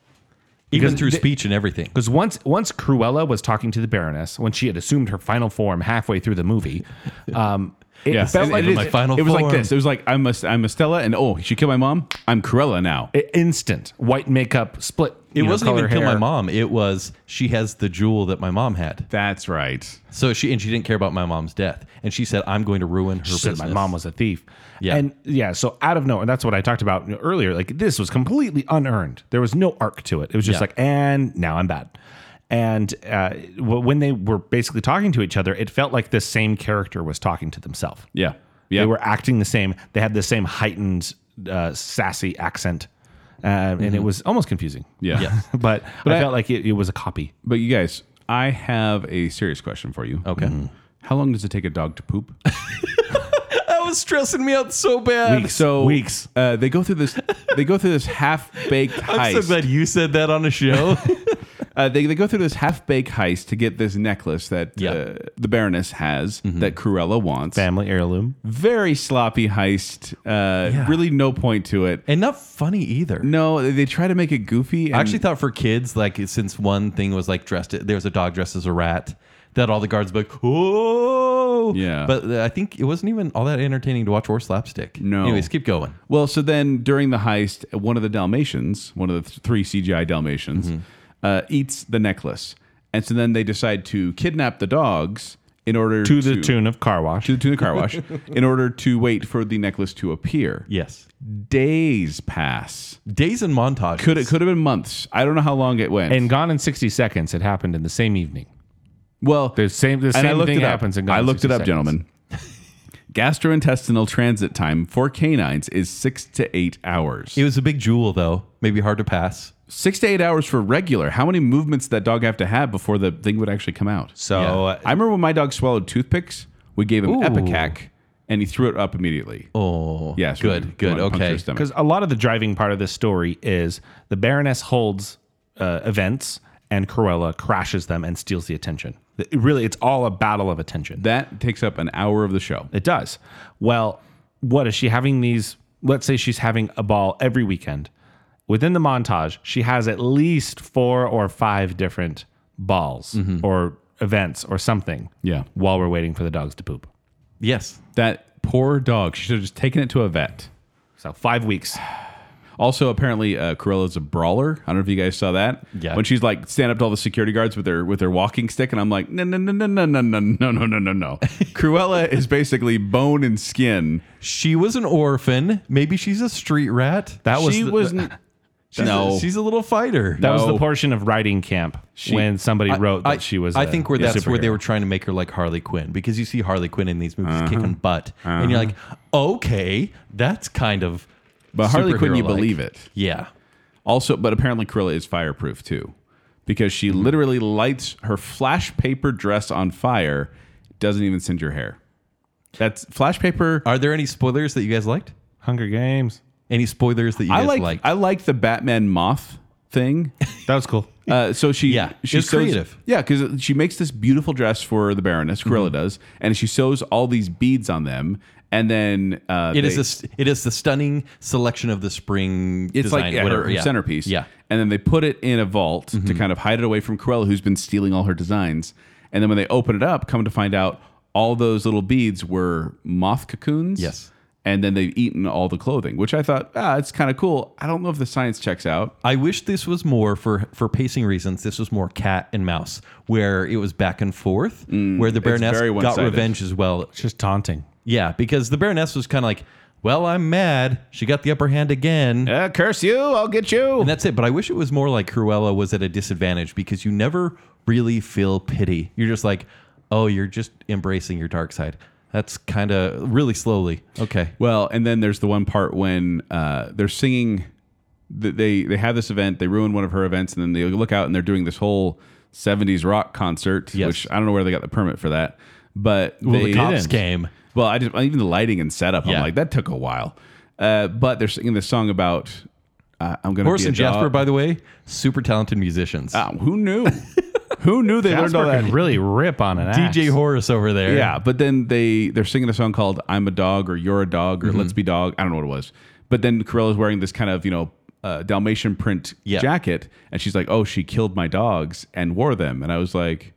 Speaker 2: Even through speech and everything.
Speaker 3: Because once
Speaker 2: [LAUGHS]
Speaker 3: once Cruella was talking to the Baroness when she had assumed her final form halfway through the movie, um, It
Speaker 1: Yeah,
Speaker 3: felt
Speaker 1: It-
Speaker 3: like
Speaker 1: it is.
Speaker 2: my final
Speaker 1: It was
Speaker 2: form.
Speaker 1: like this. It was like I'm a, I'm Estella, and oh, she killed my mom. I'm Corella now.
Speaker 3: i- instant white makeup split.
Speaker 2: It
Speaker 3: you know,
Speaker 2: wasn't
Speaker 3: color
Speaker 2: even kill my
Speaker 3: hair.
Speaker 2: mom. It was she has the jewel that my mom had.
Speaker 1: That's right.
Speaker 2: So she and she didn't care about my mom's death, and she said, "I'm going to ruin her
Speaker 3: She said
Speaker 2: business."
Speaker 3: my mom was a thief.
Speaker 2: Yeah.
Speaker 3: And yeah, so out of nowhere, that's what I talked about earlier. Like this was completely unearned. There was no arc to it. It was just
Speaker 2: Yeah.
Speaker 3: like, and now I'm bad. And uh, w- when they were basically talking to each other, it felt like the same character was talking to themselves.
Speaker 1: Yeah. Yeah.
Speaker 3: They were acting the same. They had the same heightened, uh, sassy accent. Uh, And it was almost confusing.
Speaker 1: Mm-hmm. Yeah.
Speaker 2: [LAUGHS] Yes.
Speaker 3: but, I,
Speaker 1: I-
Speaker 3: felt like it, it was a copy.
Speaker 1: [LAUGHS] But you guys, I have a serious question for you.
Speaker 2: Okay.
Speaker 1: How long does it take a dog to
Speaker 2: [LAUGHS]
Speaker 1: poop?
Speaker 2: [LAUGHS] That was stressing me out so bad.
Speaker 1: So
Speaker 3: Weeks.
Speaker 1: Uh, they go through this. They go through this half baked
Speaker 2: [LAUGHS] I'm so
Speaker 1: heist.
Speaker 2: glad you said that on a show.
Speaker 1: uh, they, they go through this half baked heist to get this necklace that
Speaker 2: Yeah. Mm-hmm.
Speaker 1: uh, the Baroness has that Cruella wants.
Speaker 3: Family heirloom.
Speaker 1: Very sloppy heist. Uh, Really, no point to it.
Speaker 2: [LAUGHS] and not funny either.
Speaker 1: No, they- they try to make it goofy. And
Speaker 2: I actually thought for kids, like since one thing was like dressed, there was a dog dressed as a rat, that all the guards would be like, oh
Speaker 1: Yeah.
Speaker 2: But uh, I think it wasn't even all that entertaining to watch or slapstick.
Speaker 1: No.
Speaker 2: Anyways, keep going.
Speaker 1: Well, so then during the heist, one of the Dalmatians, one of the th- three CGI Dalmatians,
Speaker 3: Mm-hmm.
Speaker 1: uh, eats the necklace, and so then they decide to kidnap the dogs in order
Speaker 3: To the tune of Car
Speaker 1: [LAUGHS]
Speaker 3: Wash.
Speaker 1: to the tune of car wash in order to wait for the necklace to appear.
Speaker 2: Yes.
Speaker 1: Days pass.
Speaker 2: Days and montage.
Speaker 1: Could it could have been months? I don't know how long it went.
Speaker 3: and Gone in 60 Seconds, it happened in the same evening.
Speaker 1: well,
Speaker 3: The same, the
Speaker 1: and I
Speaker 3: same
Speaker 1: looked
Speaker 3: thing
Speaker 1: it up.
Speaker 3: happens in Gone
Speaker 1: I
Speaker 3: in
Speaker 1: looked it
Speaker 3: 60
Speaker 1: up,
Speaker 3: Seconds.
Speaker 1: gentlemen. [LAUGHS] Gastrointestinal transit time for canines is six to eight hours.
Speaker 2: It was a big jewel though. Maybe hard to pass.
Speaker 1: six to eight hours for regular. How many movements that dog have to have before the thing would actually come out?
Speaker 3: So uh,
Speaker 1: I remember when my dog swallowed toothpicks, we gave him Epicac, and he threw it up immediately.
Speaker 2: Oh.
Speaker 1: yes, we
Speaker 2: Good.
Speaker 1: didn't
Speaker 2: Good.
Speaker 1: want to puncture
Speaker 2: Okay.
Speaker 1: his stomach.
Speaker 3: because a lot of the driving part of this story is the Baroness holds uh, events and Cruella crashes them and steals the attention. It- really, it's all a battle of attention.
Speaker 1: That takes up an hour of the show.
Speaker 3: It does. Well, what is she having these? Let's say she's having a ball every weekend. Within the montage, she has at least four or five different balls or events or something.
Speaker 1: Yeah.
Speaker 3: While we're waiting for the dogs to poop.
Speaker 2: Yes.
Speaker 1: That poor dog. She should have just taken it to a vet.
Speaker 3: So five weeks.
Speaker 1: Also, apparently, uh, Corella's a brawler. I don't know if you guys saw that.
Speaker 2: Yeah.
Speaker 1: When she's like stand up to all the security guards with her with her walking stick, and I'm like, no, no, no, no, no, no, no, no, no, no, no,
Speaker 2: [LAUGHS]
Speaker 1: no. Cruella is basically bone and skin.
Speaker 2: She was an orphan. Maybe she's a street rat.
Speaker 3: That was
Speaker 1: she
Speaker 3: the-
Speaker 1: was.
Speaker 2: [LAUGHS] She's
Speaker 1: no.
Speaker 2: A, she's a little fighter.
Speaker 3: That was the
Speaker 1: No.
Speaker 3: portion of writing camp when somebody wrote that she was.
Speaker 2: I
Speaker 3: a-
Speaker 2: think where
Speaker 3: a
Speaker 2: that's where they
Speaker 3: superhero.
Speaker 2: were trying to make her like Harley Quinn because you see Harley Quinn in these movies
Speaker 3: Uh-huh.
Speaker 2: kicking butt, and you're like, okay, that's kind of.
Speaker 1: but Harley Quinn, you
Speaker 2: superhero-like.
Speaker 1: believe it.
Speaker 2: Yeah.
Speaker 1: Also, but apparently Krilla is fireproof too, because she
Speaker 2: Mm-hmm.
Speaker 1: literally lights her flash paper dress on fire. Doesn't even singe your hair. That's flash paper.
Speaker 2: Are there any spoilers that you guys liked?
Speaker 3: Hunger Games.
Speaker 2: Any spoilers that you
Speaker 1: I
Speaker 2: guys
Speaker 1: like.
Speaker 2: liked?
Speaker 1: I like the Batman moth
Speaker 2: [LAUGHS]
Speaker 1: thing.
Speaker 3: That was cool.
Speaker 1: Uh, so she,
Speaker 2: Yeah,
Speaker 1: she
Speaker 2: it's creative. Mm-hmm.
Speaker 1: Yeah, because she makes this beautiful dress for the Baroness. Cruella does, and she sews all these beads on them, and then uh,
Speaker 2: It
Speaker 1: they-
Speaker 2: is a st- it is the stunning selection of the spring.
Speaker 1: It's
Speaker 2: design,
Speaker 1: like yeah,
Speaker 2: whatever.
Speaker 1: her, her
Speaker 2: yeah.
Speaker 1: centerpiece.
Speaker 2: Yeah. Mm-hmm.
Speaker 1: and then they put it in a vault to kind of hide it away from Cruella, who's been stealing all her designs. And then when they open it up, come to find out all those little beads were moth cocoons.
Speaker 2: Yes.
Speaker 1: and then they've eaten all the clothing, which I thought, ah, it's kind of cool. I don't know if the science checks out.
Speaker 2: I wish this was more for for pacing reasons. This was more cat and mouse, where it was back and forth, where the Baroness
Speaker 1: Mm, very
Speaker 2: got
Speaker 1: one-sided.
Speaker 2: revenge as well.
Speaker 3: It's just taunting.
Speaker 2: Yeah, because the Baroness was kind of like, "Well, I'm mad. She got the upper hand again."
Speaker 1: Uh, curse you! I'll get you.
Speaker 2: And that's it. But I wish it was more like Cruella was at a disadvantage because you never really feel pity. You're just like, oh, you're just embracing your dark side. That's kind of really slowly. Okay.
Speaker 1: Well, and then there's the one part when uh, they're singing. th- They they have this event. They ruin one of her events, and then they look out and they're doing this whole '70s rock concert,
Speaker 2: Yes.
Speaker 1: which I don't know where they got the permit for that. But
Speaker 2: Well,
Speaker 1: they-
Speaker 2: the cops came.
Speaker 1: Well, I just even the lighting and setup.
Speaker 2: Yeah.
Speaker 1: I'm like that took a while. Uh, but they're singing this song about uh, I'm gonna
Speaker 2: Horace
Speaker 1: be a
Speaker 2: and Jasper,
Speaker 1: dog.
Speaker 2: by the way, super talented musicians.
Speaker 1: Ah, who
Speaker 2: [LAUGHS]
Speaker 1: knew? who knew they learned all
Speaker 3: Jasper
Speaker 1: that?
Speaker 3: could really rip on an axe.
Speaker 2: DJ Horace over there.
Speaker 1: Yeah, but then they they're singing a song called "I'm a Dog" or "You're a Dog" or
Speaker 2: Mm-hmm.
Speaker 1: "Let's Be Dog." I don't know what it was, but then Corella's wearing this kind of you know uh, Dalmatian print
Speaker 2: Yeah.
Speaker 1: jacket, and she's like, "Oh, she killed my dogs and wore them," and I was like,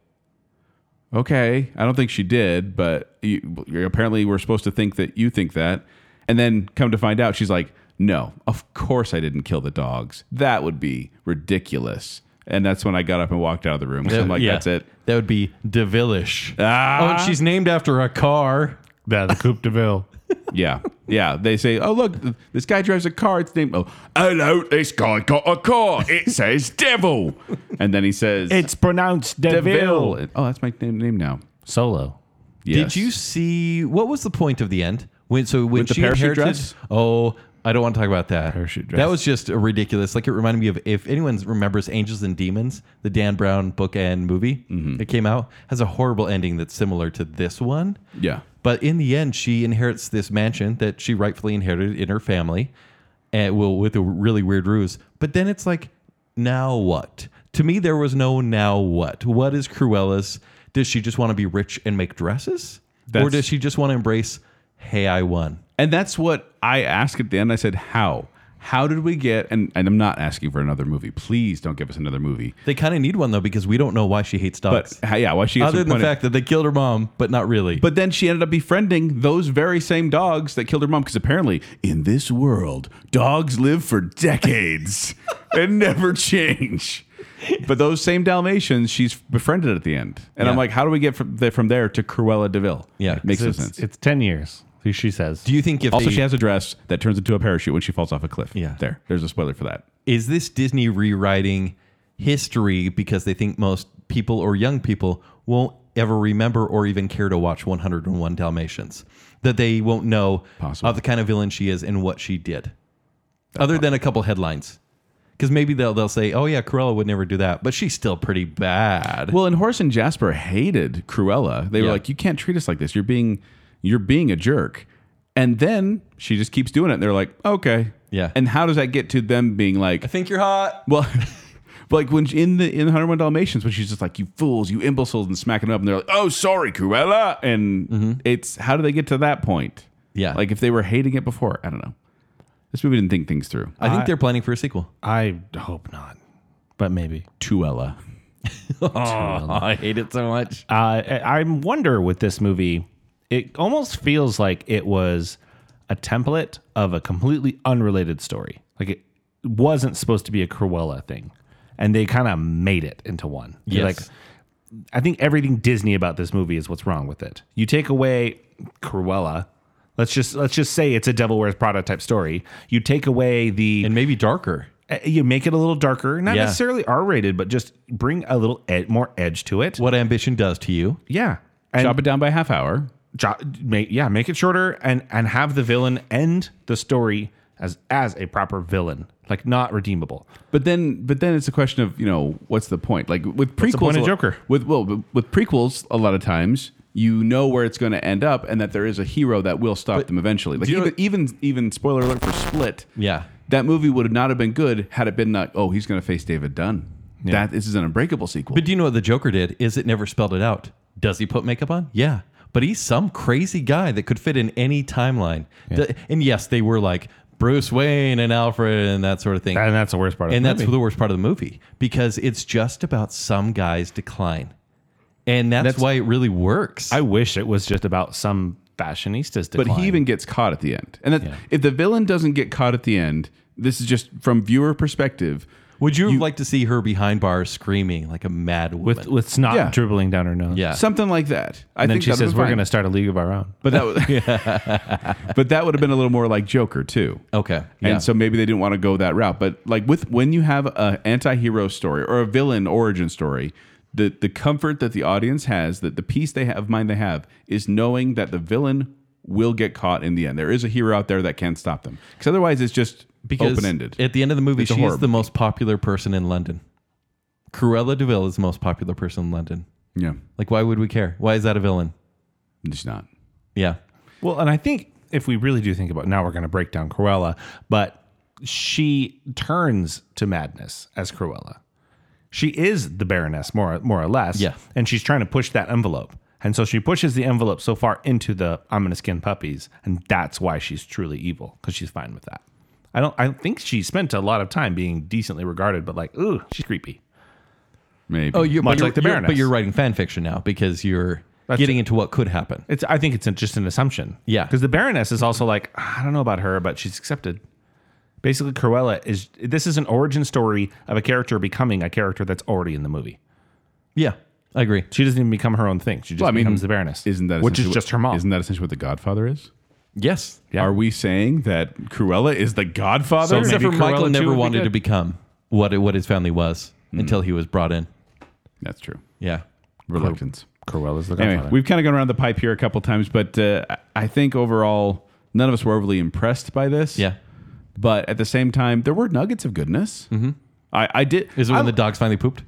Speaker 1: okay, I don't think she did, but you, you apparently we're supposed to think that you think that. And then come to find out, she's like, no, of course I didn't kill the dogs. That would be ridiculous. And that's when I got up and walked out of the room. [LAUGHS] So I'm like,
Speaker 2: Yeah.
Speaker 1: that's it.
Speaker 2: That would be Devilish.
Speaker 1: Ah.
Speaker 2: Oh, and she's named after a car.
Speaker 3: Yeah, the Coupe
Speaker 2: [LAUGHS]
Speaker 3: de Ville.
Speaker 1: Yeah, yeah. They say, "Oh, look, th- this guy drives a car. It's named." Oh, hello, this guy got a car. [LAUGHS] It says Devil, and then he says,
Speaker 3: It's pronounced
Speaker 1: Devil."
Speaker 3: Deville.
Speaker 1: Oh, that's my name, name now.
Speaker 3: Solo.
Speaker 1: Yes.
Speaker 2: Did you see what was the point of the end? When so when
Speaker 1: With the
Speaker 2: she
Speaker 1: parachute
Speaker 2: inherited,
Speaker 1: dress?
Speaker 2: Oh, I don't want to talk about that.
Speaker 3: Parachute
Speaker 2: That
Speaker 3: dress.
Speaker 2: was just ridiculous. Like it reminded me of if anyone remembers Angels and Demons, the Dan Brown book and movie
Speaker 1: Mm-hmm.
Speaker 2: that came out has a horrible ending that's similar to this one.
Speaker 1: Yeah.
Speaker 2: But in the end, she inherits this mansion that she rightfully inherited in her family, and well, with a really weird ruse. But then it's like, now what? To me, there was no now what. What is Cruella's? Does she just want to be rich and make dresses, or
Speaker 1: That's-
Speaker 2: does she just want to embrace? Hey, I won.
Speaker 1: And that's what I asked at the end. I said, "How? How did we get?" And and I'm not asking for another movie. Please don't give us another movie.
Speaker 2: They kind of need one though because we don't know why she hates
Speaker 1: But
Speaker 2: dogs.
Speaker 1: ha- yeah, why she gets
Speaker 2: other than the
Speaker 1: appointed-
Speaker 2: fact that they killed her mom, but not really.
Speaker 1: But then she ended up befriending those very same dogs that killed her mom because apparently in this world, dogs live for
Speaker 2: [LAUGHS]
Speaker 1: decades and never change. But those same Dalmatians she's befriended at the end. And I'm
Speaker 2: Yeah.
Speaker 1: like, how do we get from, the, from there to Cruella DeVille?
Speaker 2: Yeah.
Speaker 1: Makes no
Speaker 3: It's,
Speaker 1: sense.
Speaker 3: it's 10 years, she says.
Speaker 2: do you think if
Speaker 1: also,
Speaker 2: they-
Speaker 1: she has a dress that turns into a parachute when she falls off a cliff.
Speaker 2: Yeah.
Speaker 1: There. There's a spoiler for that.
Speaker 2: is this Disney rewriting history because they think most people or young people won't ever remember or even care to watch 101 Dalmatians? That they won't know
Speaker 1: Possible.
Speaker 2: of the kind of villain she is and what she did, other than a couple headlines. Because maybe they'll they'll say, "Oh yeah, Cruella would never do that," but she's still pretty bad.
Speaker 1: Well, and Horace and Jasper hated Cruella. They were
Speaker 2: Yeah.
Speaker 1: like, "You can't treat us like this. You're being, you're being a jerk." And then she just keeps doing it. And they're like, "Okay,
Speaker 2: Yeah.
Speaker 1: And how does that get to them being like, [LAUGHS]
Speaker 2: I think you're hot.
Speaker 1: well, like when she- in the in 101 Dalmatians, when she's just like, "You fools, you imbeciles," and smacking up, and they're like, "Oh, sorry, Cruella." And it's how do they get to that point?
Speaker 2: Yeah.
Speaker 1: like if they were hating it before, I don't know. This movie didn't think things through.
Speaker 2: I think they're planning for a [LAUGHS] sequel.
Speaker 3: I hope not, but maybe.
Speaker 1: Tuella.
Speaker 2: Oh, I hate it so much.
Speaker 3: Uh, I I wonder with this movie, it almost feels like it was a template of a completely unrelated story. Like it wasn't supposed to be a Cruella thing, and they kind of made it into one. They're
Speaker 2: Yes.
Speaker 3: Like I think everything Disney about this movie is what's wrong with it. You take away Cruella. Let's just let's just say it's a Devil Wears Prada type story. You take away the
Speaker 2: And maybe darker.
Speaker 3: uh, you make it a little darker, not
Speaker 2: Yeah.
Speaker 3: necessarily R rated, but just bring a little ed- more edge to it.
Speaker 2: What ambition does to you?
Speaker 3: Yeah, and
Speaker 1: Chop it down by a half hour.
Speaker 3: jo- make, yeah, make it shorter and and have the villain end the story as as a proper villain, like not redeemable.
Speaker 1: But then, but then it's a question of you know what's the point? Like with prequels,
Speaker 3: the point
Speaker 1: a
Speaker 3: of
Speaker 1: lo-
Speaker 3: Joker?
Speaker 1: With well, with- with prequels, a lot of times you know where it's going to end up, and that there is a hero that will stop them eventually. Like
Speaker 2: you know-
Speaker 1: even, even even spoiler alert for Split.
Speaker 2: Yeah.
Speaker 1: that movie would not have been good had it been like oh he's going to face David Dunn. That this is an Unbreakable sequel.
Speaker 2: But do you know what the Joker did? Is it never spelled it out? Does he put makeup on? Yeah. But he's some crazy guy that could fit in any timeline. Th- And yes, they were like Bruce Wayne and Alfred and that sort of thing.
Speaker 3: And that's the worst part. Of
Speaker 2: and
Speaker 3: the
Speaker 2: that's
Speaker 3: movie.
Speaker 2: the worst part of the movie because it's just about some guy's decline. And that's, why it really works.
Speaker 3: I wish it was just about some fashionista's
Speaker 1: but
Speaker 3: decline.
Speaker 1: he even gets caught at the end, and that's, if the villain doesn't get caught at the end, this is just from viewer perspective.
Speaker 2: Would you, like to see her behind bars screaming like a mad woman?
Speaker 3: with with snot
Speaker 1: Yeah.
Speaker 3: dribbling down her nose.
Speaker 2: yeah.
Speaker 1: Something like that. I
Speaker 3: and then
Speaker 1: think
Speaker 3: she
Speaker 1: that would've
Speaker 3: says
Speaker 1: been
Speaker 3: we're
Speaker 1: fine."
Speaker 3: going to start a league of our own.
Speaker 1: But that, would, [LAUGHS] but that would have been a little more like Joker too.
Speaker 2: okay.
Speaker 1: And so maybe they didn't want to go that route. But like with when you have a anti-hero story or a villain origin story, the the comfort that the audience has, that the peace they have of mind they have, is knowing that the villain will get caught in the end. There is a hero out there that can stop them. Because otherwise, it's just open ended.
Speaker 2: At the end of the movie,
Speaker 1: It's a
Speaker 2: she's
Speaker 1: horror
Speaker 2: the most popular person in London. Cruella Deville is the most popular person in London.
Speaker 1: yeah,
Speaker 2: Like, why would we care? Why is that a villain?
Speaker 1: it's not.
Speaker 2: Yeah.
Speaker 3: Well, and I think if we really do think about now, we're going to break down Cruella, but she turns to madness as Cruella. She is the Baroness, more more or less.
Speaker 2: Yeah.
Speaker 3: and she's trying to push that envelope, and so she pushes the envelope so far into the "I'm going to skin puppies," and that's why she's truly evil because she's fine with that. I don't. I think she spent a lot of time being decently regarded, but like, ooh, she's creepy.
Speaker 1: Maybe.
Speaker 2: Oh, you're but
Speaker 3: Much
Speaker 2: you're-
Speaker 3: like the
Speaker 2: you're-
Speaker 3: Baroness.
Speaker 2: But you're writing fan fiction now because you're getting into what could happen.
Speaker 3: It's. I think it's just an assumption.
Speaker 2: Yeah.
Speaker 3: Because the Baroness is also like, I don't know about her, but she's accepted. Basically, Cruella is. This is an origin story of a character becoming a character that's already in the movie.
Speaker 2: Yeah, I agree.
Speaker 3: She doesn't even become her own thing. She just
Speaker 1: Well, I mean,
Speaker 3: becomes the Baroness.
Speaker 1: Isn't that
Speaker 3: which is
Speaker 1: essentially what-
Speaker 3: just her mom?
Speaker 1: Isn't that essentially what the Godfather is?
Speaker 2: Yes.
Speaker 3: Yeah.
Speaker 1: Are we saying that Cruella is the Godfather?
Speaker 3: So
Speaker 2: Except for
Speaker 3: maybe
Speaker 2: Michael
Speaker 3: Cruella too
Speaker 2: never
Speaker 3: would be
Speaker 2: wanted
Speaker 3: good. Hmm.
Speaker 2: to become what it, what his family was until he was brought in.
Speaker 1: That's true.
Speaker 2: Yeah.
Speaker 1: Reluctance.
Speaker 3: Cruella's the
Speaker 1: Anyway, we've kind of gone around the pipe here a couple times, but uh, I- I think overall, none of us were overly impressed by this.
Speaker 2: Yeah.
Speaker 1: But at the same time, there were nuggets of goodness. Mm-hmm. I, I did.
Speaker 2: Is it when
Speaker 1: I-
Speaker 2: the dogs finally pooped?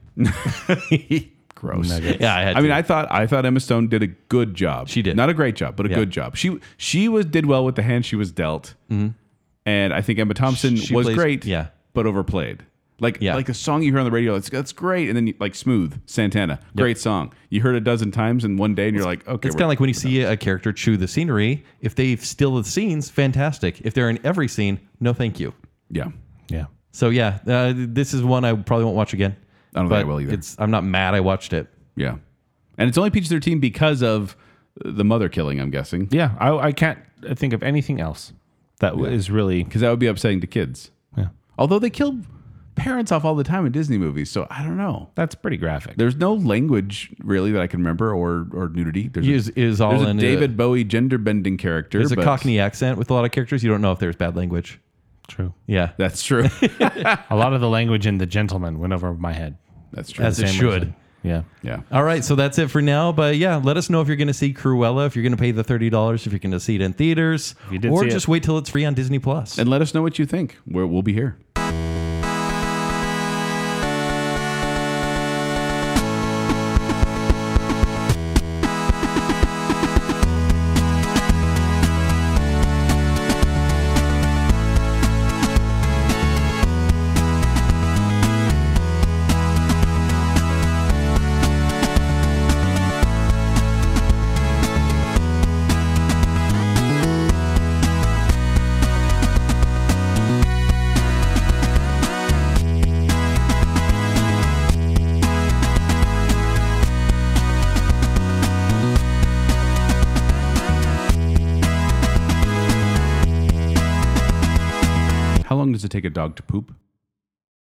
Speaker 1: gross?
Speaker 2: Yeah, I had.
Speaker 1: I mean,
Speaker 2: to.
Speaker 1: I thought I thought Emma Stone did a good job.
Speaker 2: She did.
Speaker 1: not a great job, but a
Speaker 2: Yeah.
Speaker 1: good job. She she was did well with the hand she was dealt, and I think Emma Thompson
Speaker 2: Mm-hmm. She
Speaker 1: was
Speaker 2: plays-
Speaker 1: great.
Speaker 2: yeah.
Speaker 1: but overplayed. Like
Speaker 2: Yeah.
Speaker 1: like a song you hear on the radio, it's that's great, and then you, like smooth Santana, great song. You heard it a dozen times in one day, and you're like, okay,
Speaker 2: it's
Speaker 1: we're-
Speaker 2: kind of like when you see a character chew the scenery. If they steal the scenes, fantastic. If they're in every scene, no, thank you.
Speaker 1: yeah.
Speaker 3: yeah.
Speaker 2: So yeah, uh, this is one I probably won't watch again.
Speaker 1: I don't think I will either.
Speaker 2: It's, I'm not mad I watched it.
Speaker 1: Yeah. And it's only PG 13 because of the mother killing, I'm guessing.
Speaker 3: Yeah, I, I can't think of anything else that w- is really.
Speaker 1: Because that would be upsetting to kids.
Speaker 3: Yeah.
Speaker 1: Although they kill parents off all the time in Disney movies. So I don't know.
Speaker 3: That's pretty graphic.
Speaker 1: There's no language really that I can remember or, or nudity. There's
Speaker 2: Is is
Speaker 1: a,
Speaker 2: all
Speaker 1: there's a
Speaker 2: in
Speaker 1: David Bowie gender bending character.
Speaker 2: There's a
Speaker 1: but-
Speaker 2: Cockney accent with a lot of characters. You don't know if there's bad language.
Speaker 3: True.
Speaker 2: Yeah,
Speaker 1: That's
Speaker 2: [LAUGHS]
Speaker 1: true.
Speaker 3: A lot of the language in The Gentleman went over my head.
Speaker 1: That's true.
Speaker 2: as it
Speaker 3: Same
Speaker 2: should.
Speaker 3: reason. Yeah.
Speaker 1: yeah.
Speaker 2: All right, so that's it for now. But yeah, let us know if you're going to see Cruella, if you're going to pay the thirty dollars, if you're going to see it in theaters,
Speaker 3: you did
Speaker 2: or
Speaker 3: see it.
Speaker 2: just wait till it's free on Disney Plus.
Speaker 1: And let us know what you think. We're, we'll be here. How long does it take a dog to poop?